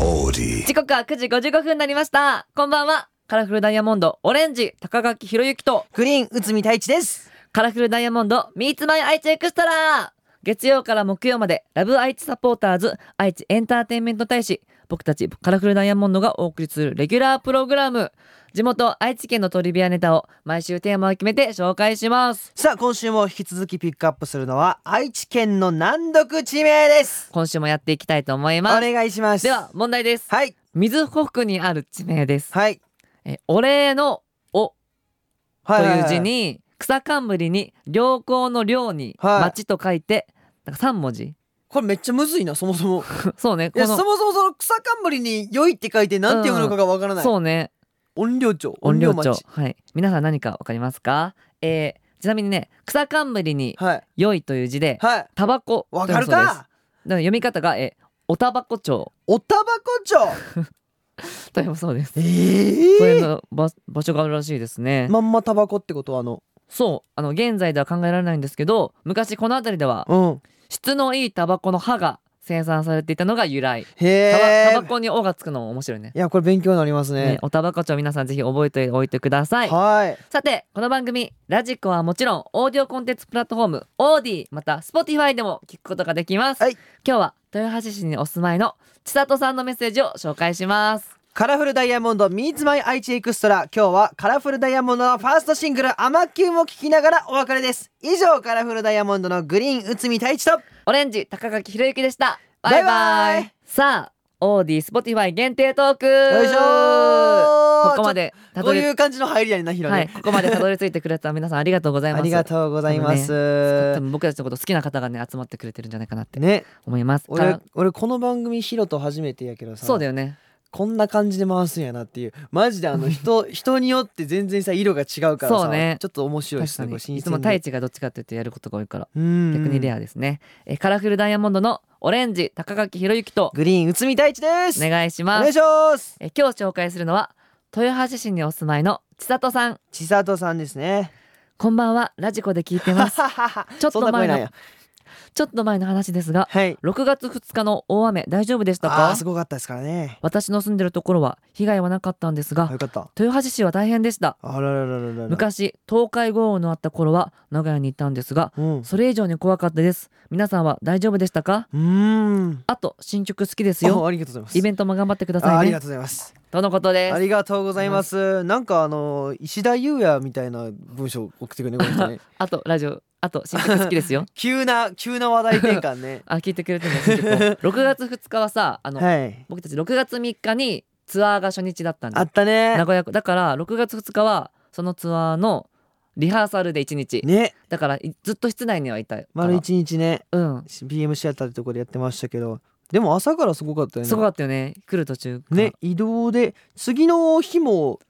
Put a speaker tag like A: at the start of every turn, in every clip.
A: Audi.
B: 時刻は9時55分になりました。こんばんは。カラフルダイヤモンド、オレンジ、高垣ひろゆきと、
C: グリーン内海太一です。
B: カラフルダイヤモンド、ミーツマイ愛知エクストラ月曜から木曜まで、ラブ愛知サポーターズ、愛知エンターテインメント大使、僕たちカラフルダイヤモンドがお送りするレギュラープログラム。地元愛知県のトリビアネタを毎週テーマを決めて紹介します。
C: さあ、今週も引き続きピックアップするのは愛知県の難読地名です。
B: 今週もやっていきたいと思い
C: お
B: ます。
C: 願いします。
B: では、問題です。
C: はい、
B: 水北区にある地名です。
C: はい、
B: えお礼のお
C: は
B: と
C: は
B: いう字。に草冠に良好の良に
C: はい
B: 町と書いてなんか3文字
C: これめっちゃむずいな、そもそも。
B: そうね
C: い
B: こ
C: や、
B: の
C: そもそもその草冠に良いって書いて、なんて読むのかがわからない。
B: そうね
C: 音量町。
B: 音量帳
C: 町
B: はい皆さん何かわかりますかえーちなみにね草冠に
C: はい、
B: 良いという字で
C: はい。
B: タバコ
C: わかる
B: だそうですだ
C: か
B: か。ら読み方がえーおタバコ帳
C: おたばこ町。
B: というそうですそ
C: え
B: ういう
C: え
B: の場場所があるらしいですね、
C: まんまタバコってこと、あの。
B: そうあの現在では考えられないんですけど昔この辺りでは
C: うん。
B: 質のいいタバコの歯が生産されていたのが由来
C: へ
B: タバ
C: え
B: タバ。コに「お」がつくのも面白いね
C: いや、これ勉強になります
B: ね
C: ね。
B: おたばこ帳皆さんぜひ覚えておいてください
C: はい。
B: さてこの番組ラジコはもちろんオーディオコンテンツプラットフォームオーディまた Spotify でも聞くことができます、
C: はい
B: 今日は豊橋市にお住まいの千里さんのメッセージを紹介します
C: カラフルダイヤモンド Meets My 愛知エクストラ今日はカラフルダイヤモンドのファーストシングル「アマキュン」を聴きながらお別れです以上カラフルダイヤモンドのグリーン内海太一と
B: オレンジ高垣ひろゆきでしたバイバイ
C: バイバイ
B: さあオーディ Spotify 限定トーク
C: よいしょー
B: ここまで
C: ちょ
B: た
C: こ
B: ど
C: う
B: り
C: いう感じの入りやねんなヒロね、
B: はい、ここまでたどり着いてくれた 皆さんありがとうございます
C: ありがとうございます
B: 多分僕たちのこと好きな方がね集まってくれてるんじゃないかなって
C: ね
B: 思います
C: 俺俺この番組ヒロと初めてやけどさ
B: そうだよね
C: こんな感じで回すんやなっていうマジ であの人人によって全然さ色が違うから
B: そう
C: さ、
B: ね
C: ちょっと面白いし
B: 確か
C: すごい
B: に
C: 新
B: いつも
C: 鮮
B: 太
C: で
B: 一がどっちかって言ってやることが多いから
C: うん
B: 逆にレ
C: ア
B: アですね、えーカラフルダイヤモンドのオレンジ高垣ひろゆきと
C: グリーン内海太一です
B: お願いし
C: お
B: ま
C: 願
B: す
C: いします
B: えー今日紹介するのは豊橋市にお住まいの千里さん
C: 千里さんですね
B: こんばんはラジコで聞いてます ちょっと
C: そんな声
B: 前
C: な
B: の
C: んや
B: ちょっと前の話ですが
C: はい
B: 6月2日の大雨大丈夫でした
C: ああ
B: か
C: すごかったですからね
B: 私の住んでるところは被害はなかったんです
C: あ
B: が
C: よかった
B: 豊橋市は大変でした
C: あらららららら
B: 昔東海豪雨のあった頃は名古屋に行ったんですが
C: うんう
B: それ以上に怖かったです皆さんは大丈夫でしたか
C: ーん
B: あと新曲好きです
C: あ
B: よ
C: ありがとうございます
B: イベントも頑張ってくだ
C: ああ
B: さい
C: りが
B: ね
C: とうございます
B: とのことで
C: あ
B: す
C: りがとうございますなんかあの石田優也みたいな文章送ってくれねこの 人ね
B: あとラジオあと新曲好きです よ
C: 急な急な話題転換ね
B: あ聞いてくれてるんだ新曲を 6月2日はさあの、
C: はい
B: 僕たち6月3日にツアーが初日だったんで
C: あった
B: 名
C: ね
B: 古屋だから6月2日はそのツアーのリハーサルで1日、
C: ね
B: だからいずっと室内にはいたから
C: 丸一日ね
B: うん
C: し BM シアターってとこでやってましたけどでも朝からすごかったよね
B: すごかったよね来る途中から
C: ね移動で次の日も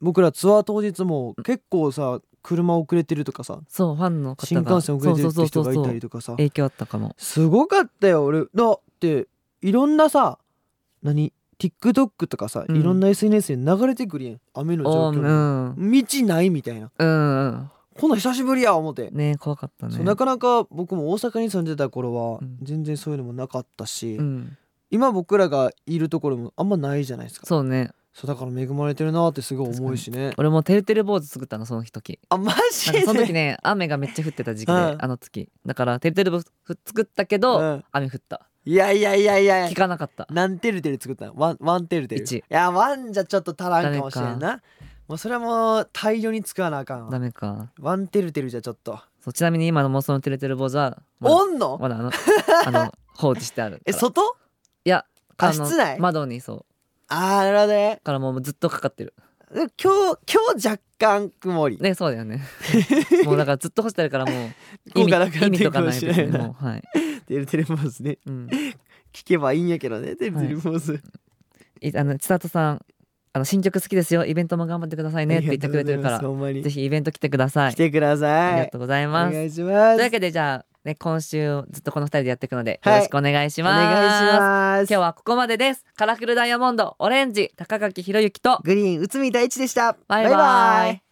C: 僕らツアー当日も結構さ車遅れてるとかさ
B: そうファンの方が
C: 新幹線遅れてるって人がいたり
B: と
C: とかさ
B: 影響あったかも
C: すごかったよ俺だっていろんなさ何 TikTok とかさ、
B: うん
C: いろんな SNS に流れてくるやん雨の状
B: おーう
C: 況、
B: んうん
C: 道ないみたいな
B: うん
C: こんなん久しぶりや思って、
B: ね怖かったね
C: そうなかなか僕も大阪に住んでた頃は
B: うん
C: 全然そういうのもなかったし、
B: うん
C: 今僕らがいるところもあんまないじゃないですか
B: そうね
C: そうだから恵まれてるなってすごい思うしね
B: 俺もてるてる坊主作ったのその 時
C: あマジ
B: なんか
C: で
B: その時ね雨がめっちゃ降ってた時期で、
C: うん
B: あの月だからてるてる坊主作ったけど、
C: うん
B: 雨降った
C: いやいやいやいや
B: 効かなかった
C: 何テルテル作ったのワンワンテルテル
B: 一
C: いやワンじゃちょっと足らんかもしれんなもうそれはもう大量に使わなあかん
B: ダ
C: わ
B: メか
C: ワンテルテルじゃちょっと、
B: そうちなみに今の妄想のてるてる坊主はまだ
C: おんの
B: まだあ のあの放置してある
C: え
B: から
C: 外
B: いや
C: あ
B: の
C: 室内
B: 窓にそう
C: あーなるほどね
B: からもうずっとかかってる
C: 今日今日若干曇り
B: ねそうだよ ねもうだからずっと干してあるからもう
C: 効
B: 意味
C: 果なくな
B: 意
C: って
B: 味
C: る
B: と
C: か
B: か
C: も
B: ない
C: し
B: で
C: れ
B: す
C: ない
B: ね
C: な
B: もうはい、
C: テルテルポーズね
B: うん、
C: 聞けばいいんやけどねテルテルポーズ、
B: いあの千里さんあの新曲好きですよイベントも頑張ってくださいねって言ってくれてるか
C: ありが
B: ら
C: とうございますほんま
B: ぜ
C: に
B: ひイベント来てください
C: 来てくだ
B: あ
C: さい
B: りがとうござい
C: お
B: ます。
C: 願いします
B: というわけでじゃあ、ね、今週ずっとこの二人でやっていくので、
C: はい
B: よろしくお願いし
C: お
B: ます。
C: 願いします
B: 今日はここまでです。カラフルダイヤモンド、オレンジ、高垣ひろゆきと、
C: グリーン内海太一でした
B: バイバイ。
C: バイバイ